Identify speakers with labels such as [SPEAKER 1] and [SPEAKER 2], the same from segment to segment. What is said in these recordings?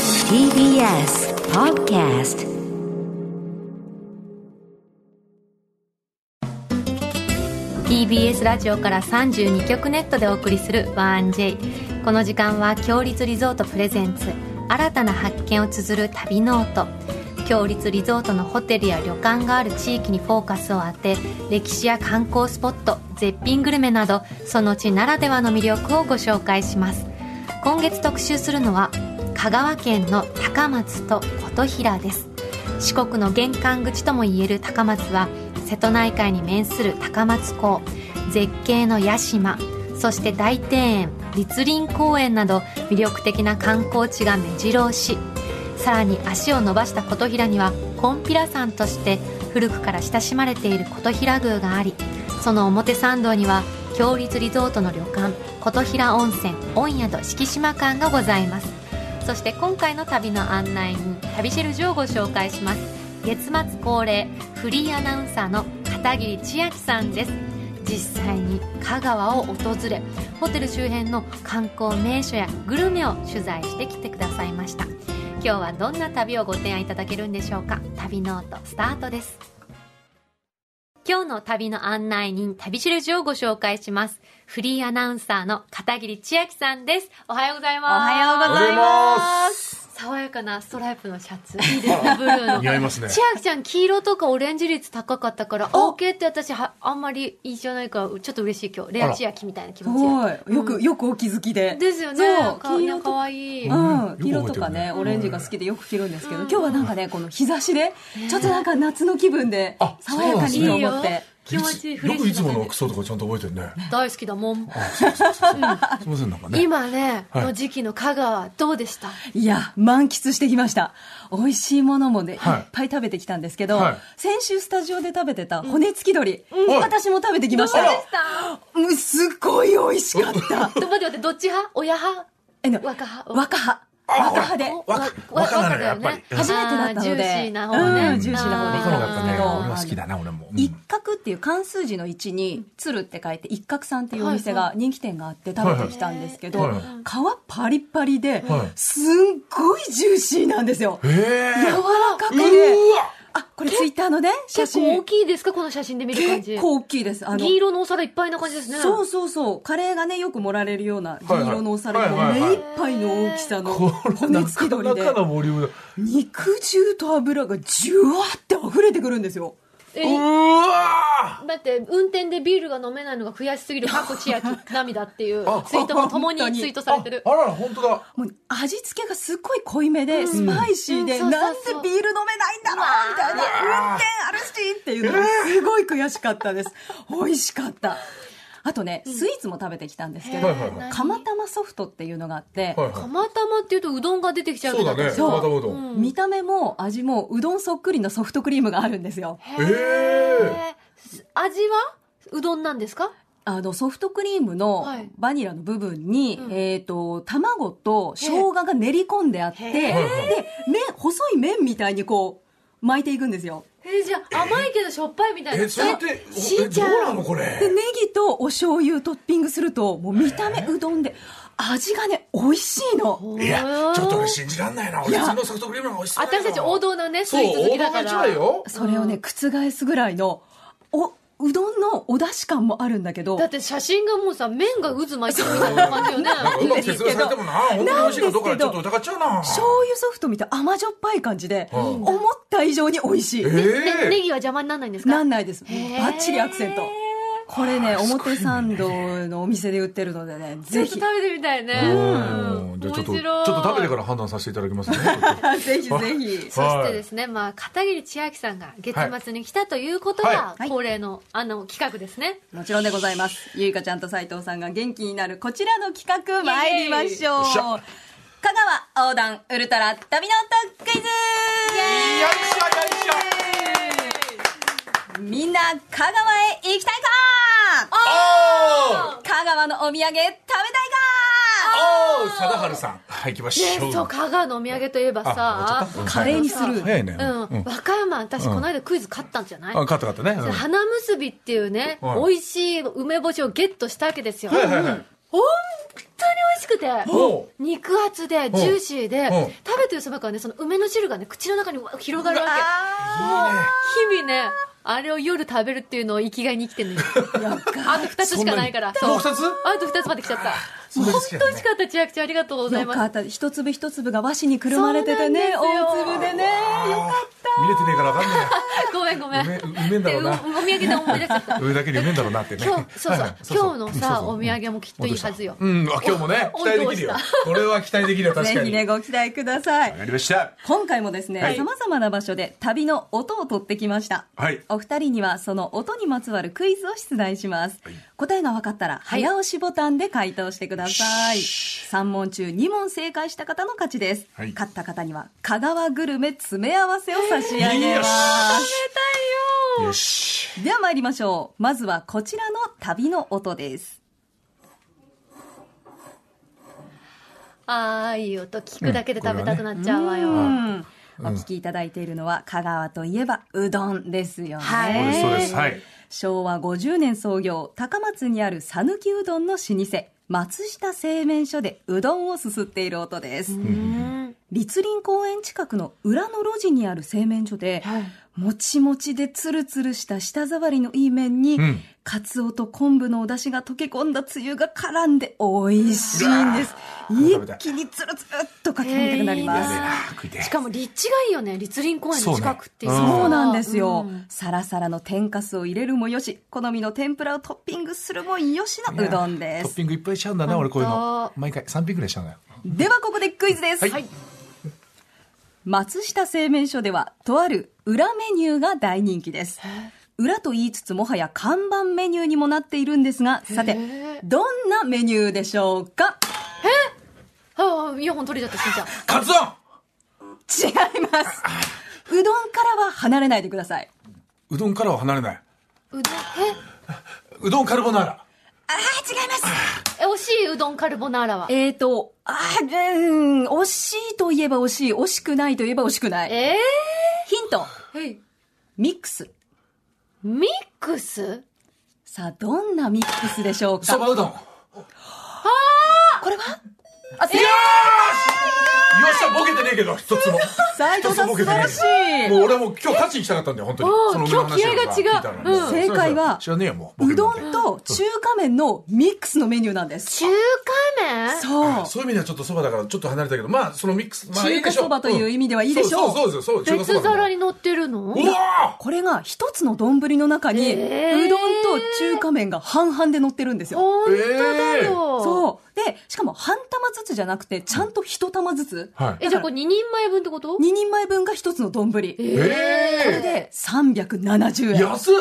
[SPEAKER 1] TBS Podcast
[SPEAKER 2] ー TBS ラジオから32局ネットでお送りする「1J」この時間は「強立リゾートプレゼンツ新たな発見」を綴る旅ノート強立リゾートのホテルや旅館がある地域にフォーカスを当て歴史や観光スポット絶品グルメなどその地ならではの魅力をご紹介します今月特集するのは香川県の高松と琴平です四国の玄関口ともいえる高松は瀬戸内海に面する高松港絶景の屋島そして大庭園立林公園など魅力的な観光地が目白押しさらに足を伸ばした琴平にはコンピラ山として古くから親しまれている琴平宮がありその表参道には強立リゾートの旅館琴平温泉御宿敷島館がございますそして今回の旅の案内人旅シェルジュをご紹介します月末恒例フリーアナウンサーの片桐千秋さんです実際に香川を訪れホテル周辺の観光名所やグルメを取材してきてくださいました今日はどんな旅をご提案いただけるんでしょうか旅ノートスタートです今日の旅の案内人旅しるじをご紹介しますフリーアナウンサーの片桐千秋さんですおはようございます
[SPEAKER 3] おはようございます
[SPEAKER 4] おはようございます
[SPEAKER 2] 爽やかなストライプのシャツ。いいですね、ブルーの。
[SPEAKER 4] 似合いますね
[SPEAKER 2] 千秋ちゃん、黄色とかオレンジ率高かったから、OK って私は、あんまり印象ないから、ちょっと嬉しい今日。レア千秋みたいな気
[SPEAKER 3] す
[SPEAKER 2] 持
[SPEAKER 3] ご
[SPEAKER 2] ち。
[SPEAKER 3] いよく、よくお気づきで。
[SPEAKER 2] ですよね。
[SPEAKER 3] そう
[SPEAKER 2] か
[SPEAKER 3] 黄色と
[SPEAKER 2] かわいい。
[SPEAKER 3] う
[SPEAKER 2] うん
[SPEAKER 4] ん、
[SPEAKER 3] 黄色とかね
[SPEAKER 4] よく覚えてるね
[SPEAKER 3] オレンジが好きでよく着るんですけど、今日はなんかねこの日差しでちょっとなんか夏の気分で
[SPEAKER 4] あ
[SPEAKER 3] 爽やかにと
[SPEAKER 2] いいよ
[SPEAKER 3] 思って。
[SPEAKER 2] 気持ちいい、フレ
[SPEAKER 4] よ
[SPEAKER 2] ッ
[SPEAKER 4] くい
[SPEAKER 2] シ
[SPEAKER 4] つ
[SPEAKER 2] ュな感
[SPEAKER 4] も
[SPEAKER 2] じ
[SPEAKER 4] の服装とかちゃんと覚えてる ね。
[SPEAKER 2] 大好きだもん。
[SPEAKER 4] あそうそうそうそうすみません、なんかね。
[SPEAKER 2] 今ね、
[SPEAKER 4] はい
[SPEAKER 2] の時期の香川、どうでした
[SPEAKER 3] いや満喫してきました美味しいものもね、
[SPEAKER 4] はい
[SPEAKER 3] い、っぱい食べてきたんですけど、
[SPEAKER 4] はい
[SPEAKER 3] 先週スタジオで食べてた骨付き鳥、
[SPEAKER 4] ん
[SPEAKER 3] 私も食べてきましたうんすっごい美味しか った
[SPEAKER 2] ど待って待って、どっち派親派
[SPEAKER 3] えの
[SPEAKER 2] 若派
[SPEAKER 3] 若葉
[SPEAKER 4] あ
[SPEAKER 3] 若葉で
[SPEAKER 2] お
[SPEAKER 4] 若若なのよやっぱり
[SPEAKER 2] 若だよね
[SPEAKER 3] 初めてだったので
[SPEAKER 2] あージューシーな方ね。
[SPEAKER 3] うんジューシーな方
[SPEAKER 4] 若の方がやっぱね、
[SPEAKER 3] あー
[SPEAKER 4] 俺は好きだな、俺も。うん
[SPEAKER 3] 一角っていう漢数字の1に「鶴」って書いて一角さんっていうお店が人気店があって食べてきたんですけど、
[SPEAKER 4] はいはい
[SPEAKER 3] 皮パリパリで、
[SPEAKER 4] はい
[SPEAKER 3] すんごいジューシーなんですよ、
[SPEAKER 4] え
[SPEAKER 3] 柔ら
[SPEAKER 4] ー
[SPEAKER 3] かく
[SPEAKER 4] う
[SPEAKER 3] て
[SPEAKER 4] ーわ
[SPEAKER 3] あこれツイッターのね写
[SPEAKER 2] 結構
[SPEAKER 3] 真
[SPEAKER 2] 大きいですかこの写真で見る感じ。
[SPEAKER 3] 結構大きいですあの
[SPEAKER 2] 銀色のお皿いっぱいな感じですね。
[SPEAKER 3] そうそうそうカレーがねよく盛られるような銀色のお皿
[SPEAKER 4] はい
[SPEAKER 3] の
[SPEAKER 4] はい
[SPEAKER 3] 目
[SPEAKER 4] はいはい
[SPEAKER 3] いっぱいの大きさの
[SPEAKER 4] これ、
[SPEAKER 3] 骨
[SPEAKER 4] な
[SPEAKER 3] 付
[SPEAKER 4] か
[SPEAKER 3] き
[SPEAKER 4] な
[SPEAKER 3] 鳥で
[SPEAKER 4] かのボリュームだ。
[SPEAKER 3] 肉汁と油がジュワって溢れてくるんですよ
[SPEAKER 2] え
[SPEAKER 4] うーわ
[SPEAKER 2] だって運転でビールが飲めないのが悔しすぎる過去千秋涙っていうツイートも共に
[SPEAKER 3] 本当に
[SPEAKER 2] ツイートされて
[SPEAKER 4] ー
[SPEAKER 2] る
[SPEAKER 4] ああらら、本当だ。
[SPEAKER 3] もう味付けがすっごい濃いめで、スパイシーで、
[SPEAKER 2] うんうん
[SPEAKER 3] なんで
[SPEAKER 2] そうそうそう
[SPEAKER 3] ビール飲めないんだろうみたいな、運転あるしっていうのがすごい悔しかった です。美味しかった。あとね、スイーツも食べてきたんですけ
[SPEAKER 4] は
[SPEAKER 3] ど
[SPEAKER 4] い、はいはい。
[SPEAKER 3] 釜玉ソフトっていうのがあって、
[SPEAKER 4] はいはい。
[SPEAKER 2] 釜玉っていうとうどんが出てきちゃう
[SPEAKER 4] そうだね、
[SPEAKER 3] そう
[SPEAKER 4] またうど。
[SPEAKER 2] うんん
[SPEAKER 3] 見た目も味もうどんそっくりのソフトクリームがあるんですよ。
[SPEAKER 2] へ
[SPEAKER 4] え
[SPEAKER 2] ー味はうどんなんですか
[SPEAKER 3] あの、ソフトクリームの
[SPEAKER 2] はい
[SPEAKER 3] バニラの部分に、
[SPEAKER 2] うん
[SPEAKER 3] えっ、と、卵と生姜が練り込んであって、
[SPEAKER 2] へえ
[SPEAKER 3] で、
[SPEAKER 2] へえ
[SPEAKER 3] 麺、細い麺みたいにこう、巻いていくんですよ。
[SPEAKER 2] えじゃあ甘いけどしょっぱいみたいな
[SPEAKER 4] え、それって、お
[SPEAKER 2] し
[SPEAKER 4] え、
[SPEAKER 2] ーちゃ
[SPEAKER 4] どうんなのこ
[SPEAKER 3] で
[SPEAKER 4] れ。
[SPEAKER 3] ネギとお醤油トッピングするともう見た目うどんで味がね美味しいの
[SPEAKER 4] いや、ちょっと
[SPEAKER 2] お
[SPEAKER 4] 俺
[SPEAKER 2] ー
[SPEAKER 4] 信じらんないな。
[SPEAKER 3] い
[SPEAKER 4] 俺、
[SPEAKER 3] や
[SPEAKER 4] 普通のソフトクリームの方が美味しそうだよ
[SPEAKER 2] 私たち王道なねス
[SPEAKER 4] そう
[SPEAKER 2] イーツ好、
[SPEAKER 4] 王
[SPEAKER 2] きだか
[SPEAKER 4] 道が
[SPEAKER 2] ら
[SPEAKER 4] 一番よ。
[SPEAKER 3] それをね覆すぐらいのおうどんのお出汁感もあるんだけど
[SPEAKER 2] だって写真がもうさ麺が渦巻いてるみたいな感じよね
[SPEAKER 4] なんかうまく説明されてもな、本当に美味しいかどうかちょっと疑っちゃうな。
[SPEAKER 3] 醤油ソフトみたい甘じょっぱい感じで
[SPEAKER 4] うん
[SPEAKER 3] 思った以上に美味しい
[SPEAKER 2] ねネ
[SPEAKER 4] ええ。
[SPEAKER 2] ギは邪魔にならないんですか
[SPEAKER 3] なんないですバ
[SPEAKER 2] へー
[SPEAKER 3] ッチリアクセントこれね表参道のお店で売ってるのでね
[SPEAKER 2] ちょ
[SPEAKER 3] ぜ
[SPEAKER 2] っと
[SPEAKER 3] ひ
[SPEAKER 2] 食べてみたいね
[SPEAKER 4] うん
[SPEAKER 2] うん
[SPEAKER 4] じゃあちょっと、
[SPEAKER 2] 面
[SPEAKER 4] ち
[SPEAKER 2] 白
[SPEAKER 4] ょ
[SPEAKER 2] い
[SPEAKER 4] っと食べてから判断させていただきますね。
[SPEAKER 3] ぜひぜひ
[SPEAKER 2] そしてですね、まあ、片桐千秋さんが月末に来たということが、
[SPEAKER 3] はい
[SPEAKER 2] 恒例の、あの、企画ですね。
[SPEAKER 3] もちろんでございます。ゆいかちゃんと斉藤さんが元気になるこちらの企画参りましょう。
[SPEAKER 4] イエーイよっしゃ
[SPEAKER 3] 香川横断ウルトラ旅の音クイズ
[SPEAKER 4] よいしょよいしょ
[SPEAKER 3] みんな香川へ行きたいか
[SPEAKER 4] おー
[SPEAKER 3] 香川のお土産食べたい
[SPEAKER 4] おー貞治さんはい行きましょ
[SPEAKER 2] ね、
[SPEAKER 4] う
[SPEAKER 2] そう、香川のお土産といえば
[SPEAKER 4] あ
[SPEAKER 2] さ
[SPEAKER 4] 終わっちゃっ、
[SPEAKER 3] かカレーにする。
[SPEAKER 4] 早いね
[SPEAKER 2] うん、
[SPEAKER 4] うん
[SPEAKER 2] 和歌山、私、
[SPEAKER 4] うん
[SPEAKER 2] この間クイズ買ったんじゃない、
[SPEAKER 4] あ勝った勝ったね
[SPEAKER 2] そうの
[SPEAKER 4] ん
[SPEAKER 2] 花結びっていうね、
[SPEAKER 4] はい
[SPEAKER 2] 美味しい梅干しをゲットしたわけですよ。
[SPEAKER 4] はいはいはい
[SPEAKER 2] 本当に美味しくて
[SPEAKER 4] おう
[SPEAKER 2] 肉厚でジューシーで
[SPEAKER 4] うん
[SPEAKER 2] 食べてるそばからねその梅の汁がね口の中にわ広がるわけ日々ねあれを夜食べるっていうのを生きがいに生きてるのよあと2つしかないから
[SPEAKER 4] そんなに
[SPEAKER 2] そう
[SPEAKER 4] もう二つ
[SPEAKER 2] あと2つまで来ちゃった
[SPEAKER 4] それ好き
[SPEAKER 2] 本当
[SPEAKER 4] やね
[SPEAKER 2] 美味しかった千秋ちゃんありがとうござい
[SPEAKER 3] よ
[SPEAKER 2] ます
[SPEAKER 3] かった一粒一粒が和紙にくるまれててね
[SPEAKER 2] そうなんですよ
[SPEAKER 3] 大粒でね
[SPEAKER 4] 見れてねえから分かんね
[SPEAKER 2] ごめんごめん
[SPEAKER 4] うめうめえんだろうな
[SPEAKER 2] でおお土産で思い出しちゃっ
[SPEAKER 4] えや
[SPEAKER 2] た
[SPEAKER 4] 上だけでうめえんだろうなってね
[SPEAKER 2] 今日そうそう
[SPEAKER 4] はいはい
[SPEAKER 2] 今日のさお土産もきっといいはずよ
[SPEAKER 4] うんあ今日もね期
[SPEAKER 2] お
[SPEAKER 4] 待できるよこれは期待できるよ確か
[SPEAKER 3] ぜ
[SPEAKER 4] に
[SPEAKER 3] ひ
[SPEAKER 4] わ
[SPEAKER 3] ねご期待ください
[SPEAKER 4] かりました
[SPEAKER 3] 今回もです
[SPEAKER 4] は
[SPEAKER 3] ね
[SPEAKER 4] い
[SPEAKER 3] さまざまな場所で旅の音を取ってきました、
[SPEAKER 4] はい
[SPEAKER 3] お二人にはその音にまつわるクイズを出題します、答えが分かったら早押しボタンで回答してください、3問中2問正解した方の勝ちです、
[SPEAKER 4] はい
[SPEAKER 3] 勝った方には香川グルメ詰め合わせを差し上げ
[SPEAKER 4] よ
[SPEAKER 3] ま
[SPEAKER 4] し
[SPEAKER 3] す、
[SPEAKER 4] よし
[SPEAKER 3] では参りましょうまずはこちらの旅の音です
[SPEAKER 2] あーいい音聞くだけで食べたくなっちゃうわよ、
[SPEAKER 3] うんお聞きいただいているのは香川といえばうどんですよね、
[SPEAKER 2] はい
[SPEAKER 4] そうですそうですはい
[SPEAKER 3] 昭和50年創業高松にある讃岐うどんの老舗松下製麺所でうどんをすすっている音です、
[SPEAKER 2] うん
[SPEAKER 3] 立林公園近くの裏の路地にある製麺所で、もちもちでツルツルした舌触りのいい麺に、
[SPEAKER 4] うん
[SPEAKER 3] カツオと昆布のお出汁が溶け込んだつゆが絡んで美味しいんです
[SPEAKER 4] わ
[SPEAKER 3] 一気にツルツルっとかき込みたくなります、
[SPEAKER 2] えーいいな
[SPEAKER 4] あー食いてえ
[SPEAKER 2] しかも立地がいいよね立林公園の近くっていう
[SPEAKER 4] そうね
[SPEAKER 3] そうなんですよ、
[SPEAKER 2] うん
[SPEAKER 3] サラサラの天かすを入れるもよし好みの天ぷらをトッピングするもよしのうどんで
[SPEAKER 4] トッ
[SPEAKER 3] す
[SPEAKER 4] ピングいっぱいしちゃうんだな俺こういう
[SPEAKER 2] 本
[SPEAKER 4] の
[SPEAKER 2] 当
[SPEAKER 4] 毎回3品ぐらいしちゃうんだよ
[SPEAKER 3] ではここでクイズです、
[SPEAKER 4] はい
[SPEAKER 3] 松下製麺所ではとある裏メニューが大人気です裏と言いつつもはや看板メニューにもなっているんですがさて
[SPEAKER 2] へ
[SPEAKER 3] どんなメニューでしょうか
[SPEAKER 2] ああイヤホン取れちゃったしんちゃん
[SPEAKER 4] カツ丼
[SPEAKER 3] 違いますうどんからは離れないでくださいう
[SPEAKER 4] どんからは離れないう
[SPEAKER 2] どん
[SPEAKER 4] うどんカルボナーラ
[SPEAKER 3] ああ違います
[SPEAKER 2] ええ惜しいうどんカルボナーラはえ
[SPEAKER 3] えーとあーうーん惜しいといえば惜しい惜しくないといえば惜しくない
[SPEAKER 2] え
[SPEAKER 3] ヒント
[SPEAKER 2] ーはい
[SPEAKER 3] ミックス
[SPEAKER 2] ミックス
[SPEAKER 3] さあどんなミックスでしょう
[SPEAKER 4] そ
[SPEAKER 3] か
[SPEAKER 4] ばうどんよ
[SPEAKER 3] これはあ正解
[SPEAKER 4] っしゃボケてねえけど一 つも
[SPEAKER 3] 斉藤さん
[SPEAKER 4] 一つもボケてねえ
[SPEAKER 3] 素晴らしい
[SPEAKER 4] もう俺はもう今日勝ちにしたかったんだよ本当に
[SPEAKER 2] おー
[SPEAKER 4] その上の話を
[SPEAKER 2] 今日気合が違う
[SPEAKER 4] 聞いたのに
[SPEAKER 2] うん
[SPEAKER 4] そうそうそう
[SPEAKER 3] 正解は
[SPEAKER 4] 知らねえよもう
[SPEAKER 3] うど
[SPEAKER 4] ボケ
[SPEAKER 3] んと中華麺のミックスのメニューなんです。
[SPEAKER 2] 中華麺
[SPEAKER 3] そう
[SPEAKER 4] あ。そういう意味ではちょっとそばだからちょっと離れたけどまあそのミックス、まあ、
[SPEAKER 3] 中華そばという意味ではいいでしょう
[SPEAKER 4] そうそうそうそう
[SPEAKER 2] 別皿
[SPEAKER 4] に
[SPEAKER 2] に乗ってるの
[SPEAKER 4] うわ
[SPEAKER 3] これが一つの丼の中に、
[SPEAKER 2] えー
[SPEAKER 3] うどんと中華麺が半々で乗ってるんですよ。
[SPEAKER 2] 本当だよ、
[SPEAKER 4] えー
[SPEAKER 3] そう。で、しかも半玉ずつじゃなくて、ちゃんと一玉ずつ。
[SPEAKER 4] ーはい
[SPEAKER 2] えじゃあこれ2人前分ってこと
[SPEAKER 3] 2人前分が一つの丼。これ
[SPEAKER 4] えー
[SPEAKER 3] で370円。
[SPEAKER 4] 安っ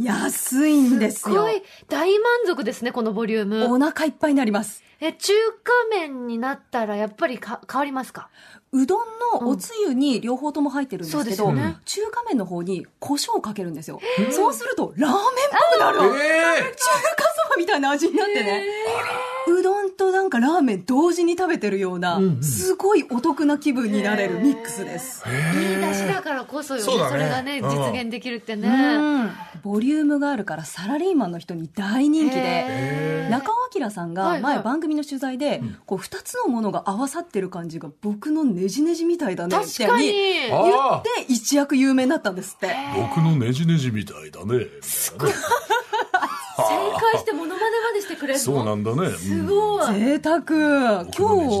[SPEAKER 3] 安いんです
[SPEAKER 2] す
[SPEAKER 3] よ
[SPEAKER 2] ご。い大満足ですねこのボリューム
[SPEAKER 3] お腹いっぱいになります。
[SPEAKER 2] え中華麺になったらやっぱりか変わりますか
[SPEAKER 3] うどんのおつゆに両方とも入ってるんですけど、
[SPEAKER 2] そうですよね
[SPEAKER 3] 中華麺の方に胡椒をかけるんですよ。そうすると、ラーメンっぽくなる
[SPEAKER 4] え
[SPEAKER 3] の
[SPEAKER 4] え
[SPEAKER 3] 中華そばみたいな味になってね、うどんとなんかラーメン同時に食べてるような、すごいお得な気分になれるミックスです、
[SPEAKER 2] いい出汁だからこそよね
[SPEAKER 4] そ
[SPEAKER 2] そう
[SPEAKER 4] だね
[SPEAKER 2] れがね
[SPEAKER 4] うん
[SPEAKER 2] 実現できるってね、
[SPEAKER 3] うんボリュームがあるからサラリーマンの人に大人気で
[SPEAKER 2] へー
[SPEAKER 3] 中尾明さ
[SPEAKER 2] は
[SPEAKER 3] ん
[SPEAKER 2] いは
[SPEAKER 3] が
[SPEAKER 2] い
[SPEAKER 3] 前番組の取材でこう2つのものが合わさってる感じが僕のねじねじみたいだねみ
[SPEAKER 2] 確
[SPEAKER 3] た
[SPEAKER 2] か
[SPEAKER 3] い
[SPEAKER 2] に
[SPEAKER 3] に
[SPEAKER 4] あ
[SPEAKER 3] 言
[SPEAKER 4] あ
[SPEAKER 3] って一躍有名になったんですって
[SPEAKER 4] 僕のねじねじみたいだね
[SPEAKER 2] 正解してモノマネまでしてくれるの
[SPEAKER 5] そうなんだね。
[SPEAKER 2] すごい
[SPEAKER 3] 贅沢
[SPEAKER 5] 僕の
[SPEAKER 3] 今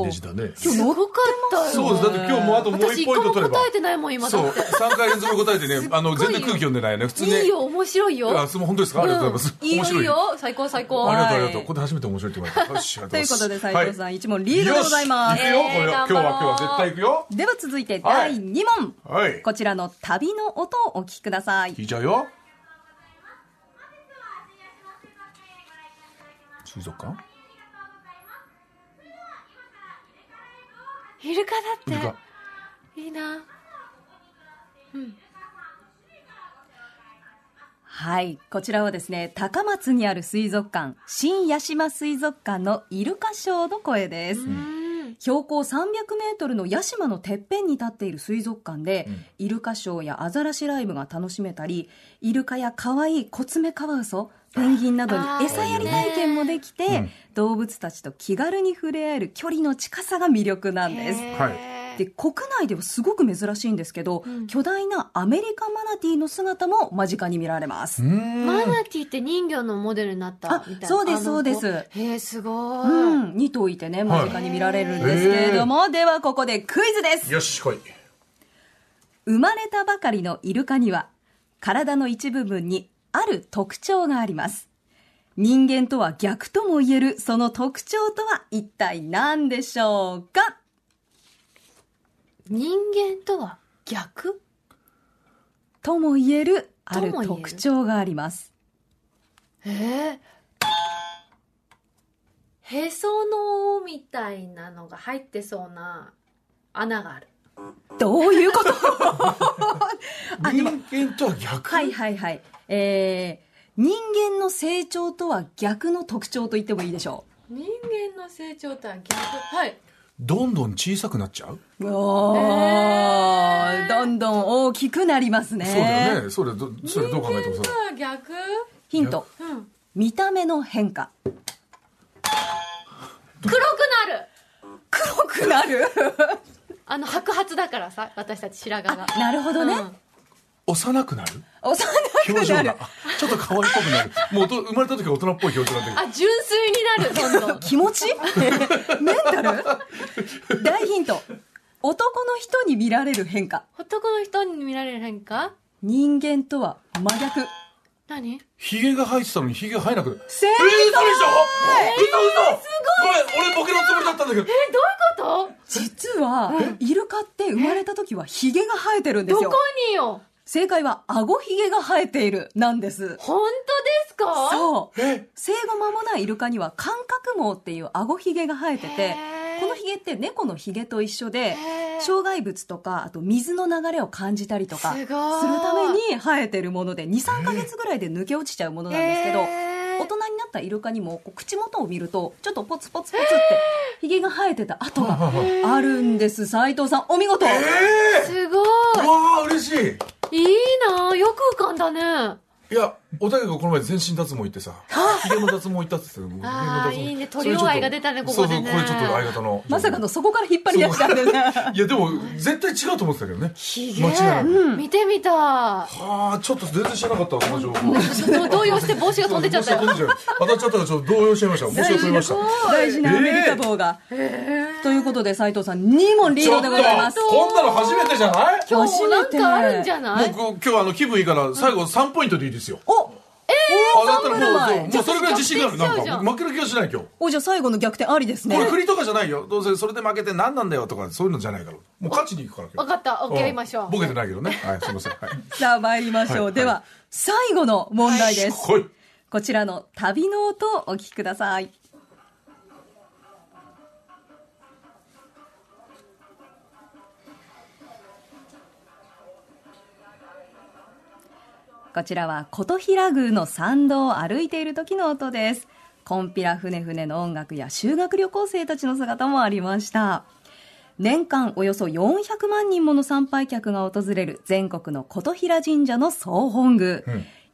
[SPEAKER 5] ね
[SPEAKER 3] 日
[SPEAKER 5] じねじだね。
[SPEAKER 2] すごかったよ
[SPEAKER 4] そうですだって今日もうあともう
[SPEAKER 2] 私
[SPEAKER 4] 1
[SPEAKER 2] 一
[SPEAKER 4] ポイ
[SPEAKER 2] 個
[SPEAKER 4] ント
[SPEAKER 2] も
[SPEAKER 4] 取れば
[SPEAKER 2] 答えてないもん今だ
[SPEAKER 4] そう
[SPEAKER 2] って
[SPEAKER 4] 3回連続答えてねあの全然空気読んでないよね普通ね
[SPEAKER 2] いいよ面白いよ
[SPEAKER 4] あそう本当ですかありがとうございます
[SPEAKER 2] うんいい
[SPEAKER 4] 面
[SPEAKER 2] よ
[SPEAKER 4] 白
[SPEAKER 2] いいよ最高最高
[SPEAKER 4] ありがとうあり
[SPEAKER 3] はい
[SPEAKER 4] がとうここで初めて面白いって言われたよしありが
[SPEAKER 3] という
[SPEAKER 4] ご
[SPEAKER 3] こ
[SPEAKER 4] ざ
[SPEAKER 3] と
[SPEAKER 4] い
[SPEAKER 3] で
[SPEAKER 4] ます
[SPEAKER 3] 斉藤さん1問リード
[SPEAKER 4] よ
[SPEAKER 3] で
[SPEAKER 4] し
[SPEAKER 3] ございます
[SPEAKER 4] 行くよ、こ
[SPEAKER 2] え
[SPEAKER 4] れ
[SPEAKER 2] ー
[SPEAKER 4] は今日は
[SPEAKER 2] 頑張ろう
[SPEAKER 4] 今日は絶対行くよ。
[SPEAKER 3] では続いて
[SPEAKER 4] は
[SPEAKER 3] 第
[SPEAKER 4] い
[SPEAKER 3] 2問、
[SPEAKER 4] はい
[SPEAKER 3] こちらの旅の音をお聞きください
[SPEAKER 4] 聞いちゃうよ。水族館
[SPEAKER 2] イルカ
[SPEAKER 4] イ
[SPEAKER 2] だ
[SPEAKER 4] ル
[SPEAKER 2] っ
[SPEAKER 4] カ。
[SPEAKER 2] ていいな
[SPEAKER 3] はいこちらはですね高松にある水族館新屋島水族館のイルカショーの声です、
[SPEAKER 2] うん
[SPEAKER 3] 標高300メートルの屋島のてっぺんに立っている水族館で、イルカショーやアザラシライブが楽しめたりイルカや可愛いコツメカワウソペンギンなど
[SPEAKER 2] あー
[SPEAKER 3] に餌やり体験もできて、
[SPEAKER 4] うん
[SPEAKER 3] 動物たちと気軽に触れ合える距離の近さが魅力なんです。
[SPEAKER 4] は
[SPEAKER 3] で国内ではすごく珍しいんですけど、
[SPEAKER 2] うん
[SPEAKER 3] 巨大なアメリカマナティーの姿も間近に見られます。
[SPEAKER 4] ん
[SPEAKER 2] マナティって人魚のモデルになった
[SPEAKER 3] あ
[SPEAKER 2] みたいな。
[SPEAKER 3] そうで
[SPEAKER 2] あ
[SPEAKER 3] す
[SPEAKER 2] の子
[SPEAKER 3] そうです
[SPEAKER 2] へえ、すごい。
[SPEAKER 3] うん、2頭いてね、間近に見られるんですけれども、ではここでクイズです。
[SPEAKER 4] よし、来い。
[SPEAKER 3] 生まれたばかりのイルカには、体の一部分にある特徴があります。人間とは逆とも言えるその特徴とは一体何でしょうか
[SPEAKER 2] 人間とは逆
[SPEAKER 3] とも言えるある
[SPEAKER 2] とも言える
[SPEAKER 3] 特徴があります。
[SPEAKER 2] へえ。へその緒みたいなのが入ってそうな穴がある。
[SPEAKER 3] どういうことあで
[SPEAKER 4] 人
[SPEAKER 3] も
[SPEAKER 4] 間とは逆。
[SPEAKER 3] はいはいはい。えー、人間の成長とは逆の特徴と言ってもいいでしょ
[SPEAKER 2] 人間の成長とは逆。はい。
[SPEAKER 4] どんどん小さくなっちゃう
[SPEAKER 3] う。お
[SPEAKER 2] ー
[SPEAKER 3] どんどん大きくなりますね。
[SPEAKER 4] そうだよね。それ、どそれどう考えてもさ。
[SPEAKER 2] は逆
[SPEAKER 3] ヒント。
[SPEAKER 2] うん。
[SPEAKER 3] 見た目の変化。
[SPEAKER 2] 黒くなる
[SPEAKER 3] 黒くなる
[SPEAKER 2] あの、白髪だからさ、私たち白髪が。
[SPEAKER 3] なるほどね。
[SPEAKER 2] うん
[SPEAKER 4] 幼くなる
[SPEAKER 3] 幼
[SPEAKER 4] 表
[SPEAKER 3] く
[SPEAKER 4] 情
[SPEAKER 3] な
[SPEAKER 4] が。
[SPEAKER 3] る。
[SPEAKER 4] ちょっと可愛いっぽくなる。もうど生まれた時は大人っぽい表情になってる。
[SPEAKER 2] あ、純粋になる、どんどん。
[SPEAKER 3] 気持ち メンタル大ヒント。男の人に見られる変化。
[SPEAKER 2] 男の人に見られる変化
[SPEAKER 3] 人間とは真逆。
[SPEAKER 2] 何
[SPEAKER 4] ヒゲが生えてたのにヒゲが生えなくなる。
[SPEAKER 3] 正
[SPEAKER 4] えー、嘘でしょえー、嘘嘘ごめん、俺ボケのつもりだったんだけど。
[SPEAKER 2] え、どういうこ
[SPEAKER 3] 実は、イルカって生まれた時はヒゲが生えてるんで
[SPEAKER 2] と
[SPEAKER 3] す
[SPEAKER 2] どこ。
[SPEAKER 3] よ
[SPEAKER 2] によ
[SPEAKER 3] 正解は、顎ヒゲが生えている、なんです。
[SPEAKER 2] 本当ですか
[SPEAKER 3] そう。
[SPEAKER 4] え
[SPEAKER 3] 生後間もないイルカには、感覚毛っていう顎ヒゲが生えてて
[SPEAKER 2] へー、
[SPEAKER 3] このヒゲって猫のヒゲと一緒で
[SPEAKER 2] へー、
[SPEAKER 3] 障害物とか、あと水の流れを感じたりとか、
[SPEAKER 2] すごい
[SPEAKER 3] するために生えてるもので、2、3ヶ月ぐらいで抜け落ちちゃうものなんですけど、
[SPEAKER 2] へー
[SPEAKER 3] 大人になったイルカにもこう口元を見るとちょっとポツポツポツってヒゲが生えてた跡 があるんです斉藤さんお見事、
[SPEAKER 4] え
[SPEAKER 2] すご
[SPEAKER 4] ー、わあ、嬉しい。
[SPEAKER 2] いいいなよく浮かんだね
[SPEAKER 4] いや、おたけがこの前全身脱毛行ってさ、ヒゲの脱毛行ったって言ってた
[SPEAKER 2] あーいいね鳥の愛が出たねここでね
[SPEAKER 4] そうそう、これちょっと相方の。
[SPEAKER 3] まさかの。そこから引っ張り出したんでね
[SPEAKER 4] いや、でも、絶対違うと思ってたけどね。
[SPEAKER 2] ひ
[SPEAKER 4] 間違いない。
[SPEAKER 2] 見てみた
[SPEAKER 4] はあ、ちょっと全然知らなかったわ、この情 報。
[SPEAKER 2] 動揺して帽子が飛んでちゃったよ
[SPEAKER 4] そうそう飛んでちゃう当たっちゃったからちょっと動揺しちゃいました。申し訳ありました。
[SPEAKER 3] 大事なアメリカ棒が、ということで斉藤さん2問リードでございます
[SPEAKER 4] ちょっとこんなの初めてじゃない
[SPEAKER 2] 今日もなんかあるんじゃない
[SPEAKER 4] もう今日あの気分いいから最後3ポイントでいいですよ。
[SPEAKER 3] お
[SPEAKER 4] あだったらも
[SPEAKER 3] 頑張
[SPEAKER 4] う
[SPEAKER 3] る
[SPEAKER 4] も
[SPEAKER 3] わ
[SPEAKER 4] うもうそれぐらい自信がある。
[SPEAKER 2] 逆転しちゃうじゃ
[SPEAKER 4] なん
[SPEAKER 2] ん
[SPEAKER 4] か負ける気がしない今日。
[SPEAKER 3] おじゃあ最後の逆転ありですね
[SPEAKER 4] これ栗とかじゃないよ。どうせそれで負けて何なんだよとかそういうのじゃないから。もう勝ちに行くから今
[SPEAKER 2] わ
[SPEAKER 4] 日。
[SPEAKER 2] かったオッケーやりましょ
[SPEAKER 4] うん
[SPEAKER 2] う
[SPEAKER 4] ボケてないけどね。はい、すいません。はい。
[SPEAKER 3] さあ参りましょう、
[SPEAKER 4] はい
[SPEAKER 3] では最後の問題です、
[SPEAKER 4] 来い。
[SPEAKER 3] こちらの旅の音をお聞きください。こちらは琴平宮の参道を歩いている時の音です。コンピラ船船の音楽や修学旅行生たちの姿もありました。年間およそ400万人もの参拝客が訪れる全国の琴平神社の総本宮。
[SPEAKER 4] うん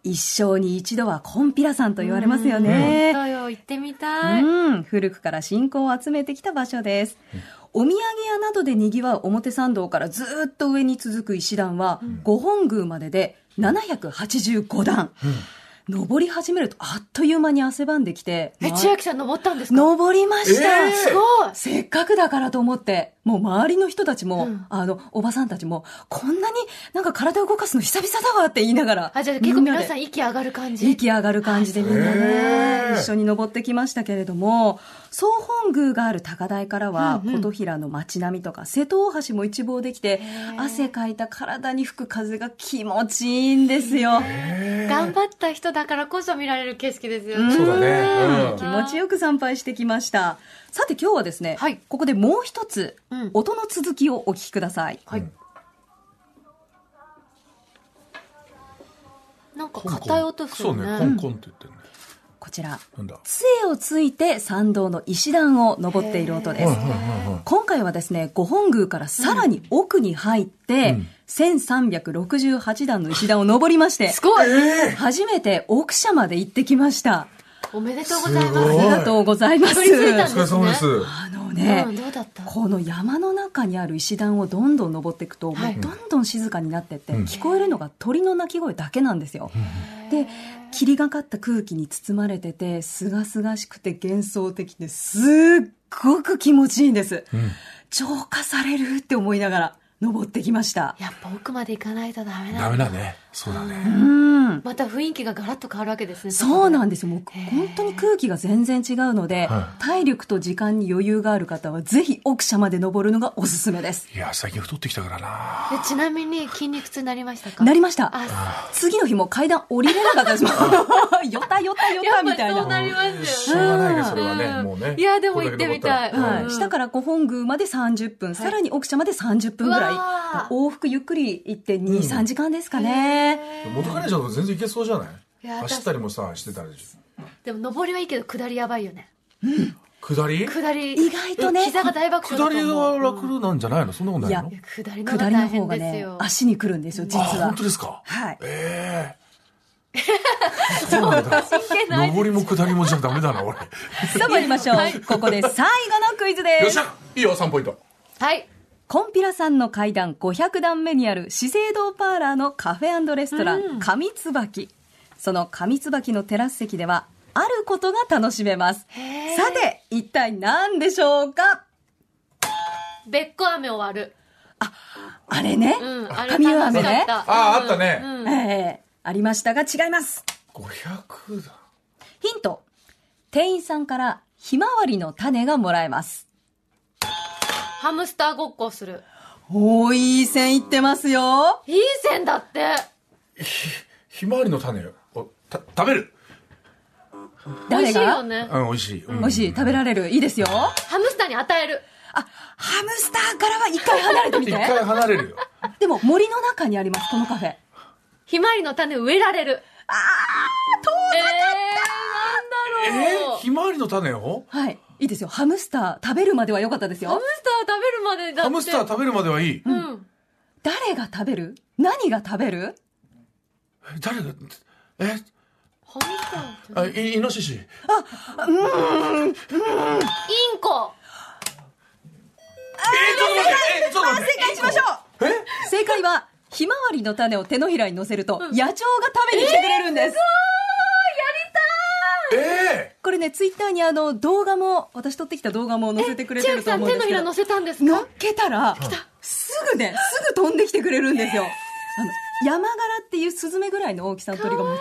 [SPEAKER 3] 一生に一度はコンピラさんと言われますよね。
[SPEAKER 2] そうよ行ってみたい
[SPEAKER 3] うん、古くから信仰を集めてきた場所です。お土産屋などで賑わう表参道からずーっと上に続く石段は、五本宮までで785段。登り始めるとあっという間に汗ばんできて、
[SPEAKER 2] え
[SPEAKER 3] ま
[SPEAKER 2] 千秋さん登ったんですか
[SPEAKER 3] 登りました、
[SPEAKER 4] えー
[SPEAKER 2] すごい
[SPEAKER 3] せっかくだからと思って、もう周りの人たちも、
[SPEAKER 2] うん
[SPEAKER 3] あの、おばさんたちも、こんなになんか体を動かすの久々だわって言いながら。
[SPEAKER 2] あじゃあ結構皆さ
[SPEAKER 3] み
[SPEAKER 2] ん
[SPEAKER 3] なで
[SPEAKER 2] 息上がる感じ
[SPEAKER 3] 息上がる感じでみんな
[SPEAKER 4] へー
[SPEAKER 3] ね、一緒に登ってきましたけれども、総本宮がある高台からは、
[SPEAKER 2] うんうん
[SPEAKER 3] 琴平の街並みとか瀬戸大橋も一望できて、汗かいた体に吹く風が気持ちいいんですよ。
[SPEAKER 2] 頑張った人だからこそ見られる景色ですよ
[SPEAKER 4] そう
[SPEAKER 2] ね
[SPEAKER 4] だね。
[SPEAKER 3] 気持ちよく参拝してきました。さて今日はですね、
[SPEAKER 2] はい
[SPEAKER 3] ここでもう一つ、
[SPEAKER 2] うん
[SPEAKER 3] 音の続きをお聞きください。
[SPEAKER 2] はいなんか硬い音す
[SPEAKER 4] そう
[SPEAKER 2] る
[SPEAKER 4] ね、
[SPEAKER 2] ね
[SPEAKER 4] コンコンって言ってるね。
[SPEAKER 3] こちら
[SPEAKER 4] なんだ
[SPEAKER 3] 杖をついて参道の石段を登っている音です、今回はですね五本宮からさらに奥に入って、1368段の石段を登りまして
[SPEAKER 2] すごい、
[SPEAKER 3] 初めて奥社まで行ってきました
[SPEAKER 2] おめでとうございます
[SPEAKER 3] あ
[SPEAKER 4] すごい
[SPEAKER 3] りがとうございます
[SPEAKER 2] たどり着い
[SPEAKER 4] お
[SPEAKER 2] た
[SPEAKER 4] 疲れ様です。
[SPEAKER 3] あのね、
[SPEAKER 2] うん、どうだった
[SPEAKER 3] この山の中にある石段をどんどん登っていくと、
[SPEAKER 2] はい
[SPEAKER 3] もうどんどん静かになってって、
[SPEAKER 4] うん
[SPEAKER 3] 聞こえるのが鳥の鳴き声だけなんですよ。で霧がかった空気に包まれててすがすがしくて幻想的ですっごく気持ちいいんです、
[SPEAKER 4] うん
[SPEAKER 3] 浄化されるって思いながら登ってきました
[SPEAKER 2] やっぱ奥まで行かないとダメ
[SPEAKER 4] ダ
[SPEAKER 2] だ
[SPEAKER 4] メだね。そうだね。
[SPEAKER 3] うん
[SPEAKER 2] また雰囲気がガラッと変わるわけですね
[SPEAKER 3] そうなんんですよもう
[SPEAKER 2] へー
[SPEAKER 3] 本当に空気が全然違うので、
[SPEAKER 4] は
[SPEAKER 3] 体力と時間に余裕がある方はぜひ奥社まで登るのがおすすめです
[SPEAKER 4] いや、最近太ってきたからな。
[SPEAKER 2] でちなみに筋肉痛になりましたか
[SPEAKER 3] なりました
[SPEAKER 2] あ
[SPEAKER 3] 次の日も階段降りれなかったですも ん。よたよたよ
[SPEAKER 2] や
[SPEAKER 3] た
[SPEAKER 2] っぱ
[SPEAKER 3] みたい
[SPEAKER 2] りそう
[SPEAKER 3] な。
[SPEAKER 2] なります
[SPEAKER 4] しょ
[SPEAKER 2] よね
[SPEAKER 4] うがないね、それはね。もうね。
[SPEAKER 2] いやでも行ってみたい
[SPEAKER 4] これだけ残ったら
[SPEAKER 3] は
[SPEAKER 2] うん
[SPEAKER 3] い、下から五本宮まで30分、さらに奥社まで30分ぐらい
[SPEAKER 2] うんうわー
[SPEAKER 3] 往復ゆっくり行って23、3時間ですかね
[SPEAKER 4] うん元カレちゃんとか全然いけそうじゃない
[SPEAKER 2] いや
[SPEAKER 4] 走ったりもさ、してたりし。
[SPEAKER 2] でも上りはいいけど下りやばいよね
[SPEAKER 4] 下り
[SPEAKER 2] 下り
[SPEAKER 3] 意外とね
[SPEAKER 2] 膝が大爆
[SPEAKER 4] 下
[SPEAKER 2] 笑だ
[SPEAKER 4] り
[SPEAKER 2] と思
[SPEAKER 4] は
[SPEAKER 2] う
[SPEAKER 4] 楽なんじゃないのそんなことないの
[SPEAKER 3] い
[SPEAKER 2] いや下りの方
[SPEAKER 3] 下
[SPEAKER 2] が
[SPEAKER 3] りの
[SPEAKER 2] 大
[SPEAKER 3] 方
[SPEAKER 2] 変
[SPEAKER 3] が
[SPEAKER 2] です
[SPEAKER 3] ね
[SPEAKER 2] よ
[SPEAKER 3] 足にくるんですよ実
[SPEAKER 4] あ、
[SPEAKER 3] は
[SPEAKER 4] 本当ですか
[SPEAKER 3] はい
[SPEAKER 4] ええそうなんだ。上りも下りもじゃダメだな、俺。よ
[SPEAKER 3] さあ参りましょう、ここで最後のクイズで
[SPEAKER 4] っし
[SPEAKER 3] す
[SPEAKER 4] ゃいいよ、3ポイント。
[SPEAKER 2] はい
[SPEAKER 3] コンピラさんの階段500段目にある資生堂パーラーのカフェレストラン神椿その神椿のテラス席ではあることが楽しめます
[SPEAKER 2] へー
[SPEAKER 3] さて一体何でしょうか
[SPEAKER 2] べっこ飴を割る
[SPEAKER 3] あれね、
[SPEAKER 2] うんあれ楽
[SPEAKER 3] 神
[SPEAKER 2] し
[SPEAKER 3] 尾
[SPEAKER 2] かっ
[SPEAKER 3] 飴ね、
[SPEAKER 2] た
[SPEAKER 4] あーあったね
[SPEAKER 2] うんうん
[SPEAKER 3] えーありましたが違います
[SPEAKER 4] 500だ。
[SPEAKER 3] ヒント店員さんからひまわりの種がもらえます
[SPEAKER 2] ハムスターごっこをする
[SPEAKER 3] おーいい線いってますよ
[SPEAKER 2] いい線だって
[SPEAKER 4] ひまわりの種をた食べる。
[SPEAKER 2] 美味
[SPEAKER 3] 誰
[SPEAKER 2] しいよ
[SPEAKER 3] が
[SPEAKER 2] ね
[SPEAKER 4] うん、美味しい。うん
[SPEAKER 3] もし食べられるいいですよあ
[SPEAKER 2] ハムスターに与える
[SPEAKER 3] ハムスターからは一回離れてみ
[SPEAKER 4] 一
[SPEAKER 3] て
[SPEAKER 4] 回離れ るよ。
[SPEAKER 3] でも森の中にあります、このカフェ。
[SPEAKER 2] ひまわりの種を植えられる
[SPEAKER 3] あ
[SPEAKER 2] え
[SPEAKER 4] え
[SPEAKER 2] ー、なんだろう
[SPEAKER 4] ーひまわりの種を
[SPEAKER 3] ーはい。いいですよ。ハムスター食べるまでは良かったです
[SPEAKER 2] ハム
[SPEAKER 3] よ。
[SPEAKER 2] スター食べるまでだって
[SPEAKER 4] ハムスター食べるまではいい。
[SPEAKER 2] うん
[SPEAKER 3] 誰が食べる何が食べる
[SPEAKER 4] え誰が、え、
[SPEAKER 2] ハムスター
[SPEAKER 4] あ、い、イノシシ。
[SPEAKER 2] インコ
[SPEAKER 4] え、ちょっと待って、え、ちょっと待って。
[SPEAKER 3] しましょ
[SPEAKER 4] え
[SPEAKER 3] う正解は、ひまわりの種を手のひらに乗せると、野鳥が食べに来てくれるんです。
[SPEAKER 4] え
[SPEAKER 3] これね、ツイッターにあの、動画も、私撮ってきた動画も載せてくれて
[SPEAKER 2] 千
[SPEAKER 3] る
[SPEAKER 2] 秋
[SPEAKER 3] と
[SPEAKER 2] さん
[SPEAKER 3] 思うん
[SPEAKER 2] 手
[SPEAKER 3] で
[SPEAKER 2] の
[SPEAKER 3] す
[SPEAKER 2] ひ
[SPEAKER 3] け
[SPEAKER 2] ら乗せた
[SPEAKER 3] ど、
[SPEAKER 2] んです
[SPEAKER 3] 乗
[SPEAKER 2] か
[SPEAKER 3] っけたら、すぐね、すぐ飛んできてくれるんですよ。あの、山柄っていうスズメぐらいの大きさの鳥がもう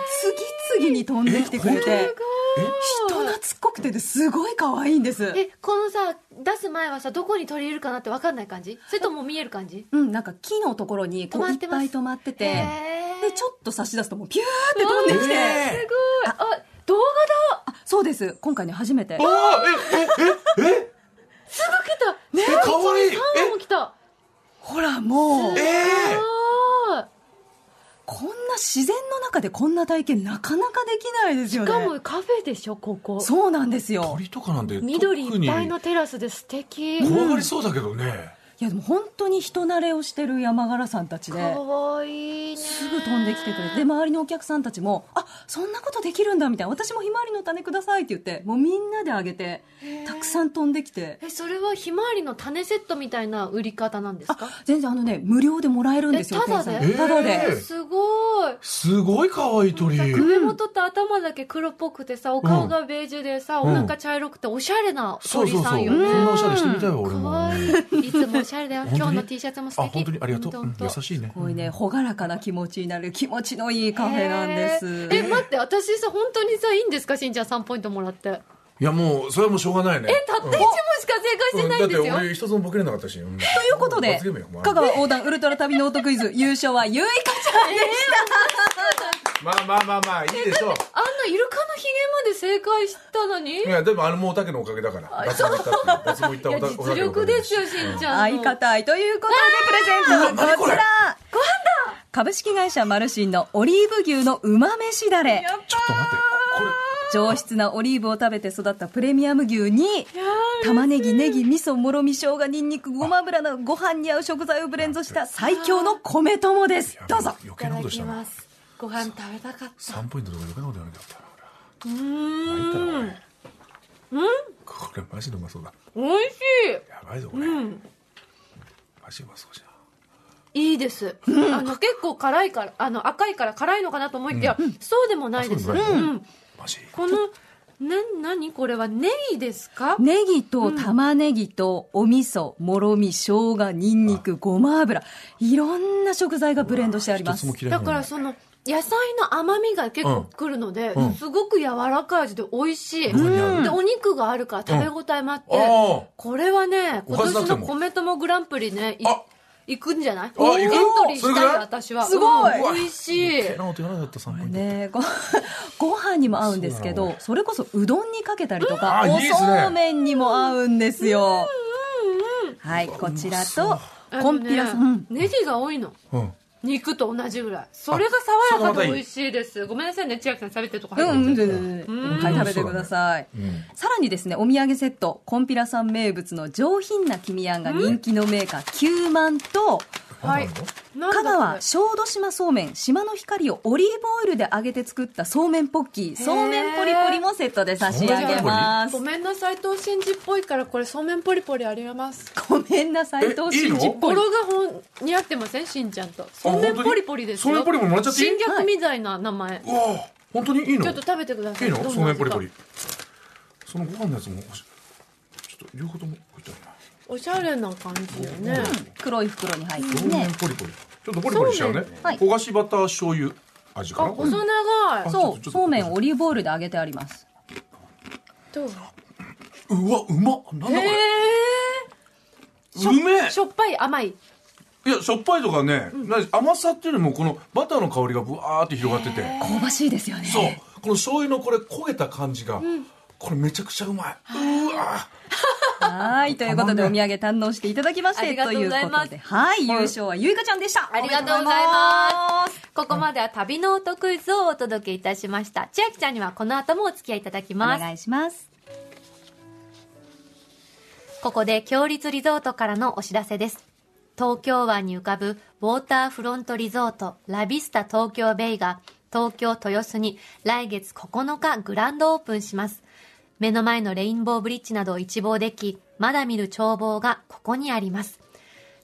[SPEAKER 3] 次々に飛んできてくれて、人懐っこくてですごい可愛いんです。
[SPEAKER 2] えこのさ出す前はさどこに取り入れるかなって分かんない感じそれとも見える感じ
[SPEAKER 3] うん、なんか木のところにこ
[SPEAKER 2] 止
[SPEAKER 3] う
[SPEAKER 2] ま
[SPEAKER 3] い
[SPEAKER 2] っ
[SPEAKER 3] って
[SPEAKER 2] ま
[SPEAKER 3] ぱ
[SPEAKER 2] す
[SPEAKER 3] い止まって
[SPEAKER 2] へ
[SPEAKER 3] て、で、ちょっと差し出すともうピューって飛んできて、
[SPEAKER 4] え
[SPEAKER 2] すごいあ動画だ
[SPEAKER 3] あそうです、今回ね、初めて。
[SPEAKER 4] あえ、え、え、え、
[SPEAKER 2] すぐ来たね
[SPEAKER 4] えかわいい
[SPEAKER 2] 3話も来た
[SPEAKER 3] ほら、もう、
[SPEAKER 4] え、
[SPEAKER 2] す
[SPEAKER 4] え
[SPEAKER 2] ごい
[SPEAKER 3] こんな自然の中でこんな体験なかなかできないですよ
[SPEAKER 2] し
[SPEAKER 3] ね。
[SPEAKER 2] かもカフェでしょここ
[SPEAKER 3] そうなんですよ。
[SPEAKER 4] 鳥とかなんて
[SPEAKER 2] 緑
[SPEAKER 4] 特に
[SPEAKER 2] いっぱいのテラスで素敵
[SPEAKER 4] 怖がりそうだけどね。
[SPEAKER 3] いや、でも本当に人慣れをしてる山柄さんたち
[SPEAKER 2] か
[SPEAKER 3] で、
[SPEAKER 2] わいいね
[SPEAKER 3] すぐ飛んできてくれて、で、周りのお客さんたちも、あ、そんなことできるんだみたいな、私もひまわりの種くださいって言って、もうみんなであげて、たくさん飛んできて、
[SPEAKER 2] えそれはひまわりの種セットみたいな売り方なんですか
[SPEAKER 3] あ、全然あのね、無料でもらえるんですよ、
[SPEAKER 2] えタダで
[SPEAKER 3] 店員さんタダで。
[SPEAKER 4] え
[SPEAKER 2] すごい
[SPEAKER 4] すごい可愛い鳥。
[SPEAKER 2] 首元と頭だけ黒っぽくてさお顔がベージュでさ、
[SPEAKER 4] うん
[SPEAKER 2] お腹茶色くておしゃれな
[SPEAKER 4] そう
[SPEAKER 2] 鳥
[SPEAKER 4] そう
[SPEAKER 2] さ
[SPEAKER 4] そ
[SPEAKER 2] ん
[SPEAKER 4] う。
[SPEAKER 2] よ
[SPEAKER 4] こ
[SPEAKER 2] ね
[SPEAKER 4] んなおしゃれしてみたよ、
[SPEAKER 2] か
[SPEAKER 4] 俺も
[SPEAKER 2] わ。いいいつもおしゃれだよ
[SPEAKER 4] 本
[SPEAKER 2] 今
[SPEAKER 4] 当に
[SPEAKER 2] 日の T シャツも素
[SPEAKER 4] あ、
[SPEAKER 2] 敵
[SPEAKER 4] 本当にありがとう。うん優
[SPEAKER 2] い
[SPEAKER 4] しいね
[SPEAKER 3] す。ごいね、朗らかな気持ちになる気持ちのいいカフェなんです。
[SPEAKER 2] え待って私さ本当にさいいんですかしんちゃん3ポイントもらってえたっ
[SPEAKER 4] いや、もう、それはもうしょうがないね。
[SPEAKER 2] て1問しか正解してないんです
[SPEAKER 4] う
[SPEAKER 2] よ、
[SPEAKER 4] だって俺一つもボケれなかったし。という
[SPEAKER 3] ということで、香川横断ウルトラ旅ノートクイズ、優勝はゆいかちゃ んでした。
[SPEAKER 4] まあまあまあまあ、いいでしょう。
[SPEAKER 2] あんなイルカのひげまで正解したのに
[SPEAKER 4] いや、でもあのもうおたけのおかげだから。脱毛行ったって。脱毛行った
[SPEAKER 2] いや
[SPEAKER 4] おたおた
[SPEAKER 2] 実
[SPEAKER 4] けのおか
[SPEAKER 2] 力
[SPEAKER 4] げ
[SPEAKER 2] ですよしんちゃん
[SPEAKER 3] 相
[SPEAKER 2] の
[SPEAKER 3] 方愛ということで、プレゼントはこ
[SPEAKER 4] こ
[SPEAKER 3] ち
[SPEAKER 4] れ
[SPEAKER 3] ら。株式会社マルシンのオリーブ牛のうま飯だれ。
[SPEAKER 4] ちょっと待って。これ、
[SPEAKER 3] 上質なオリーブを食べて育ったプレミアム牛に玉ねぎネギ味噌もろみ生姜にんにくごま油などご飯に合う食材をブレンドした最強の米友ですどうぞ
[SPEAKER 4] 余
[SPEAKER 6] い
[SPEAKER 4] 計
[SPEAKER 6] た
[SPEAKER 4] な
[SPEAKER 6] だ
[SPEAKER 4] ことし
[SPEAKER 6] き
[SPEAKER 4] たな
[SPEAKER 6] ますご飯食べたかった
[SPEAKER 4] 3ポイントとか余計なことやらなきゃったな
[SPEAKER 6] う
[SPEAKER 4] 俺参ったな
[SPEAKER 6] ーん
[SPEAKER 4] これこれマジでうまそうだ
[SPEAKER 6] 美味し
[SPEAKER 4] やばいぞこ
[SPEAKER 6] い
[SPEAKER 4] れ、
[SPEAKER 6] うん
[SPEAKER 4] マジうまそうじゃ
[SPEAKER 6] いいです、あの結構辛いからあの赤いから辛いのかなと思いきや、そうでもないです、
[SPEAKER 4] あそう
[SPEAKER 6] う
[SPEAKER 4] でもない
[SPEAKER 6] ん、
[SPEAKER 4] んマジ
[SPEAKER 6] このな何これはネギですか
[SPEAKER 3] ネギと玉ねぎとお味噌もろみ生姜にんにくごま油いろんな食材がブレンドしてありま
[SPEAKER 4] 一つ
[SPEAKER 3] す
[SPEAKER 4] も嫌い
[SPEAKER 6] だ
[SPEAKER 4] にな
[SPEAKER 6] からら
[SPEAKER 4] ない
[SPEAKER 6] その野菜の甘みが結構くるので、
[SPEAKER 4] うん
[SPEAKER 6] すごく柔らかい味で美味しい、
[SPEAKER 4] どこにある
[SPEAKER 6] でお肉があるから食べ応えもあって、
[SPEAKER 4] うんああ
[SPEAKER 6] これはね
[SPEAKER 4] お
[SPEAKER 6] 今
[SPEAKER 4] かずなく
[SPEAKER 6] 年
[SPEAKER 4] て
[SPEAKER 6] の
[SPEAKER 4] も
[SPEAKER 6] 米友グランプリねい
[SPEAKER 4] あ
[SPEAKER 6] 行くんじゃないエン
[SPEAKER 4] 行く
[SPEAKER 6] トリー
[SPEAKER 4] それぐ
[SPEAKER 6] した
[SPEAKER 4] ら
[SPEAKER 6] い
[SPEAKER 4] い
[SPEAKER 6] 私は
[SPEAKER 3] すごい
[SPEAKER 6] うん美味しい
[SPEAKER 4] 余計なことやらなかった3ポイント、
[SPEAKER 3] ねご ご飯にも合うんですけ
[SPEAKER 4] そうな
[SPEAKER 3] ど
[SPEAKER 4] の
[SPEAKER 3] それこそうどんにかけたりとか
[SPEAKER 4] うんあ
[SPEAKER 3] お
[SPEAKER 4] いいですね
[SPEAKER 3] そうめんにも合うんですよはいこちらと
[SPEAKER 6] あのね
[SPEAKER 3] コンピラさん
[SPEAKER 6] ネギが多いの
[SPEAKER 4] うん
[SPEAKER 6] 肉と同じぐらいそれが爽やかで美味しいですごめんなさいね千秋さん食べてるとこ
[SPEAKER 3] う
[SPEAKER 6] 入
[SPEAKER 3] ん
[SPEAKER 6] っ
[SPEAKER 3] う
[SPEAKER 6] て
[SPEAKER 3] んうん
[SPEAKER 6] る
[SPEAKER 3] うんうんはい食べてください
[SPEAKER 4] うん
[SPEAKER 3] さらにですねお土産セットコンピラさん名物の上品な黄身あんが人気のメーカーキューマンと
[SPEAKER 6] はいなんだ
[SPEAKER 3] 香
[SPEAKER 6] これ
[SPEAKER 3] 川小豆島そうめん島の光をオリーブオイルで揚げて作ったそうめんポッキーそうめんポリポリもセットで差し上げます
[SPEAKER 6] ごめんなさい藤真二っぽいからこれそうめんポリポリあります
[SPEAKER 3] ごめんなさい藤真
[SPEAKER 4] えい
[SPEAKER 3] 二っ
[SPEAKER 4] いの
[SPEAKER 6] 語
[SPEAKER 3] ぽい
[SPEAKER 6] 呂がほん似合ってませんしんちゃんとそうめんポリポリです
[SPEAKER 4] そ
[SPEAKER 6] よ
[SPEAKER 4] うめんポリポリもらっちゃっていい
[SPEAKER 6] 新逆みたいな名前
[SPEAKER 4] うわあ本当にいいの
[SPEAKER 6] ちょっと食べてください
[SPEAKER 4] いいの
[SPEAKER 6] どん
[SPEAKER 4] そう
[SPEAKER 6] な
[SPEAKER 4] め
[SPEAKER 6] 味
[SPEAKER 4] んポ
[SPEAKER 6] か
[SPEAKER 4] リポリそのご飯のやつも欲しいちょっと両方とも置いてあ
[SPEAKER 6] おしゃれな感じよ
[SPEAKER 4] るな
[SPEAKER 6] ね
[SPEAKER 3] 黒い袋に入って
[SPEAKER 4] そ
[SPEAKER 3] る
[SPEAKER 4] うめ
[SPEAKER 3] ね
[SPEAKER 4] んポリポリちょっとポリポリしちゃうね
[SPEAKER 6] そうめん
[SPEAKER 3] はい
[SPEAKER 4] 焦がしバター醤油味か
[SPEAKER 6] あ
[SPEAKER 4] なこれ
[SPEAKER 6] 細長い
[SPEAKER 4] ちょっ
[SPEAKER 3] そ
[SPEAKER 4] とちょっ
[SPEAKER 3] う
[SPEAKER 4] と
[SPEAKER 3] そうめんをオリーブオイルで揚げてあります
[SPEAKER 6] どう
[SPEAKER 4] うわうまっなんだこ
[SPEAKER 6] へ
[SPEAKER 4] れ
[SPEAKER 6] ー
[SPEAKER 4] うめえ
[SPEAKER 6] しょっぱい甘い
[SPEAKER 4] いやしょっぱいとかね何甘さっていうよりもこのバターの香りがぶわーって広がってて
[SPEAKER 3] 香ばしいですよね
[SPEAKER 4] そうこの醤油のこれ焦げた感じがこれめちゃくちゃうまいうわ
[SPEAKER 3] はいということでお土産堪能していただきまし
[SPEAKER 6] あ
[SPEAKER 3] て
[SPEAKER 6] りがとうございます
[SPEAKER 3] ということではい優勝はゆいかちゃんでした
[SPEAKER 6] ありがとうございます。ここまでは旅の音クイズをお届けいたしました。千秋ちゃんにはこの後もお付き合いいただき
[SPEAKER 3] お
[SPEAKER 6] ます。
[SPEAKER 3] 願いします
[SPEAKER 6] ここで強立リゾートからのお知らせです。東京湾に浮かぶウォーターフロントリゾートラビスタ東京ベイが東京豊洲に来月9日グランドオープンします。目の前のレインボーブリッジなどを一望でき、まだ見る眺望がここにあります。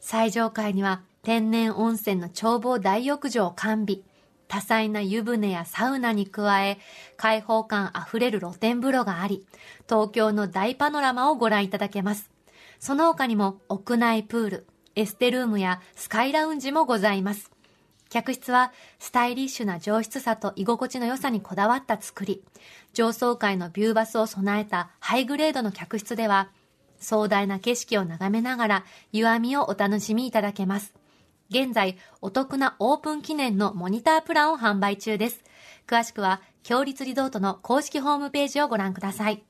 [SPEAKER 6] 最上階には天然温泉の眺望大浴場を完備。多彩な湯船やサウナに加え、開放感あふれる露天風呂があり、東京の大パノラマをご覧いただけます。その他にも屋内プール、エステルームやスカイラウンジもございます。客室はスタイリッシュな上質さと居心地の良さにこだわった作り上層階のビューバスを備えたハイグレードの客室では壮大な景色を眺めながら湯あみをお楽しみいただけます現在お得なオープン記念のモニタープランを販売中です詳しくは強立リゾートの公式ホームページをご覧ください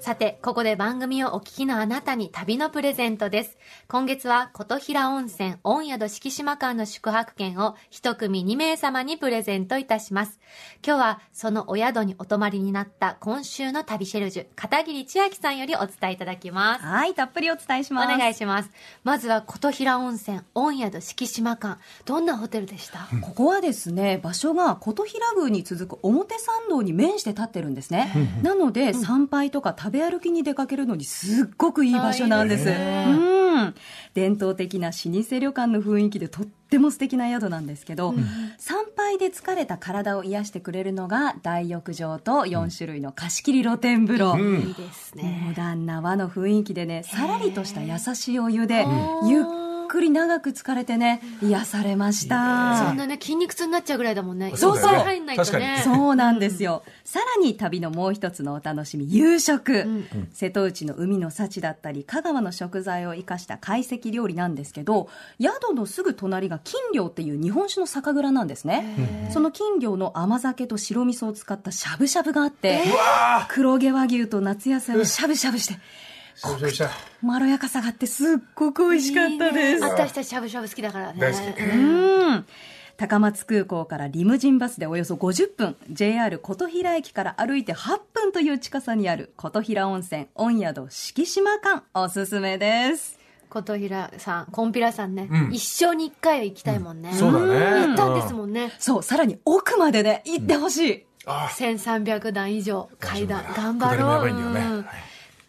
[SPEAKER 6] さて、ここで番組をお聞きのあなたに旅のプレゼントです。今月は琴平温泉御宿敷島間の宿泊券を一組2名様にプレゼントいたします。今日はそのお宿にお泊まりになった今週の旅シェルジュ、片桐千秋さんよりお伝えいただきます。
[SPEAKER 3] はいたっぷりお伝えし
[SPEAKER 6] お
[SPEAKER 3] ます
[SPEAKER 6] 願いします。まずは琴平温泉御宿敷島間。どんなホテルでした、
[SPEAKER 3] ここはですね場所が琴平宮に続く表参道に面して立ってるんですね、なので、参拝とか食べ歩きに出かけるのにすっごくいい場所なんです
[SPEAKER 6] あいいね
[SPEAKER 3] うん、伝統的な老舗旅館の雰囲気でとっても素敵な宿なんですけど、参拝で疲れた体を癒してくれるのが大浴場と4種類の貸し切り露天風呂、
[SPEAKER 4] うん
[SPEAKER 6] いいです
[SPEAKER 3] モ
[SPEAKER 6] ね。
[SPEAKER 3] ダンな和の雰囲気でねさらりとした優しいお湯で
[SPEAKER 6] うん
[SPEAKER 3] ゆっくり長く疲れてね癒されました
[SPEAKER 6] そんなね、筋肉痛になっちゃうぐらいだもんね。
[SPEAKER 3] そうそう
[SPEAKER 6] いっぱい入んないと
[SPEAKER 4] 確か
[SPEAKER 6] ね
[SPEAKER 4] に。
[SPEAKER 3] そうなんですよ。さらに旅のもう一つのお楽しみ、夕食。瀬戸内の海の幸だったり、香川の食材を生かした懐石料理なんですけど、宿のすぐ隣が金魚っていう日本酒の酒蔵なんですね。その金魚の甘酒と白味噌を使ったしゃぶしゃぶがあって、
[SPEAKER 4] うわあ
[SPEAKER 3] 黒毛和牛と夏野菜をしゃぶしゃぶして、
[SPEAKER 4] そうそうした
[SPEAKER 3] まろやかさがあってすっごく美味しかったです。
[SPEAKER 6] いいね私たちしゃぶしゃぶ好きだからね。
[SPEAKER 4] 大好き
[SPEAKER 6] うん
[SPEAKER 3] うん。高松空港からリムジンバスでおよそ50分 JR 琴平駅から歩いて8分という近さにある琴平温泉温宿敷島館おすすめです
[SPEAKER 6] 琴平さんコンピラさんね、
[SPEAKER 4] うん
[SPEAKER 6] 一生に一回は行きたいもんね、
[SPEAKER 4] そうだね
[SPEAKER 6] 行ったんですもんね、
[SPEAKER 3] そうさらに奥までね行ってほしい、
[SPEAKER 4] あ
[SPEAKER 6] 1300段以上階段
[SPEAKER 4] 大丈
[SPEAKER 6] 頑
[SPEAKER 4] 夫だ
[SPEAKER 6] 張ろ
[SPEAKER 4] 下
[SPEAKER 6] う
[SPEAKER 4] りもやばいんだよね
[SPEAKER 6] うん
[SPEAKER 4] はい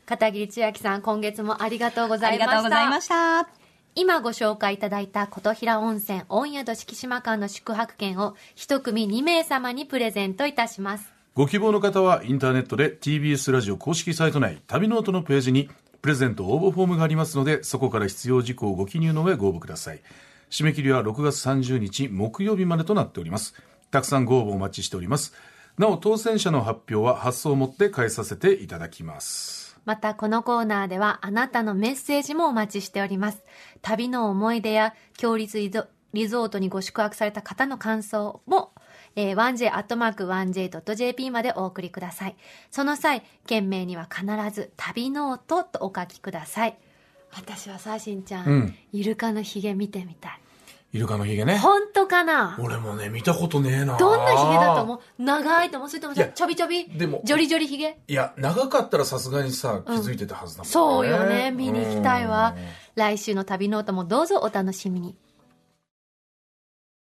[SPEAKER 6] 片桐千秋さん今月もありがとうご
[SPEAKER 3] あ
[SPEAKER 6] ざ
[SPEAKER 3] り
[SPEAKER 6] いました
[SPEAKER 3] がとうございました
[SPEAKER 6] 今ご紹介いただいた琴平温泉御宿敷島間の宿泊券を一組2名様にプレゼントいたします
[SPEAKER 4] ご希望の方はインターネットで TBS ラジオ公式サイト内旅ノートのページにプレゼント応募フォームがありますのでそこから必要事項をご記入の上ご応募ください締め切りは6月30日木曜日までとなっておりますたくさんご応募お待ちしておりますなお当選者の発表は発送をもって返させていただきます
[SPEAKER 6] またこのコーナーではあなたのメッセージもお待ちしております旅の思い出や強立リゾリゾートにご宿泊された方の感想も、えー、1j.1j.jp までお送りくださいその際件名には必ず「旅ノート」とお書きください私はさしんちゃん、
[SPEAKER 4] うん
[SPEAKER 6] イルカのひげ見てみたい
[SPEAKER 4] イルカのヒゲね
[SPEAKER 6] 本当かな
[SPEAKER 4] 俺もね見たことねえな
[SPEAKER 6] どんなヒゲだと思う長いと思うそれとも
[SPEAKER 4] いや
[SPEAKER 6] ちょびちょび
[SPEAKER 4] でも
[SPEAKER 6] ジョリジョリヒゲ
[SPEAKER 4] いや長かったらさすがにさ気づいてたはずだもんね
[SPEAKER 6] そうよね見に行きたいわ来週の旅ノートもどうぞお楽しみに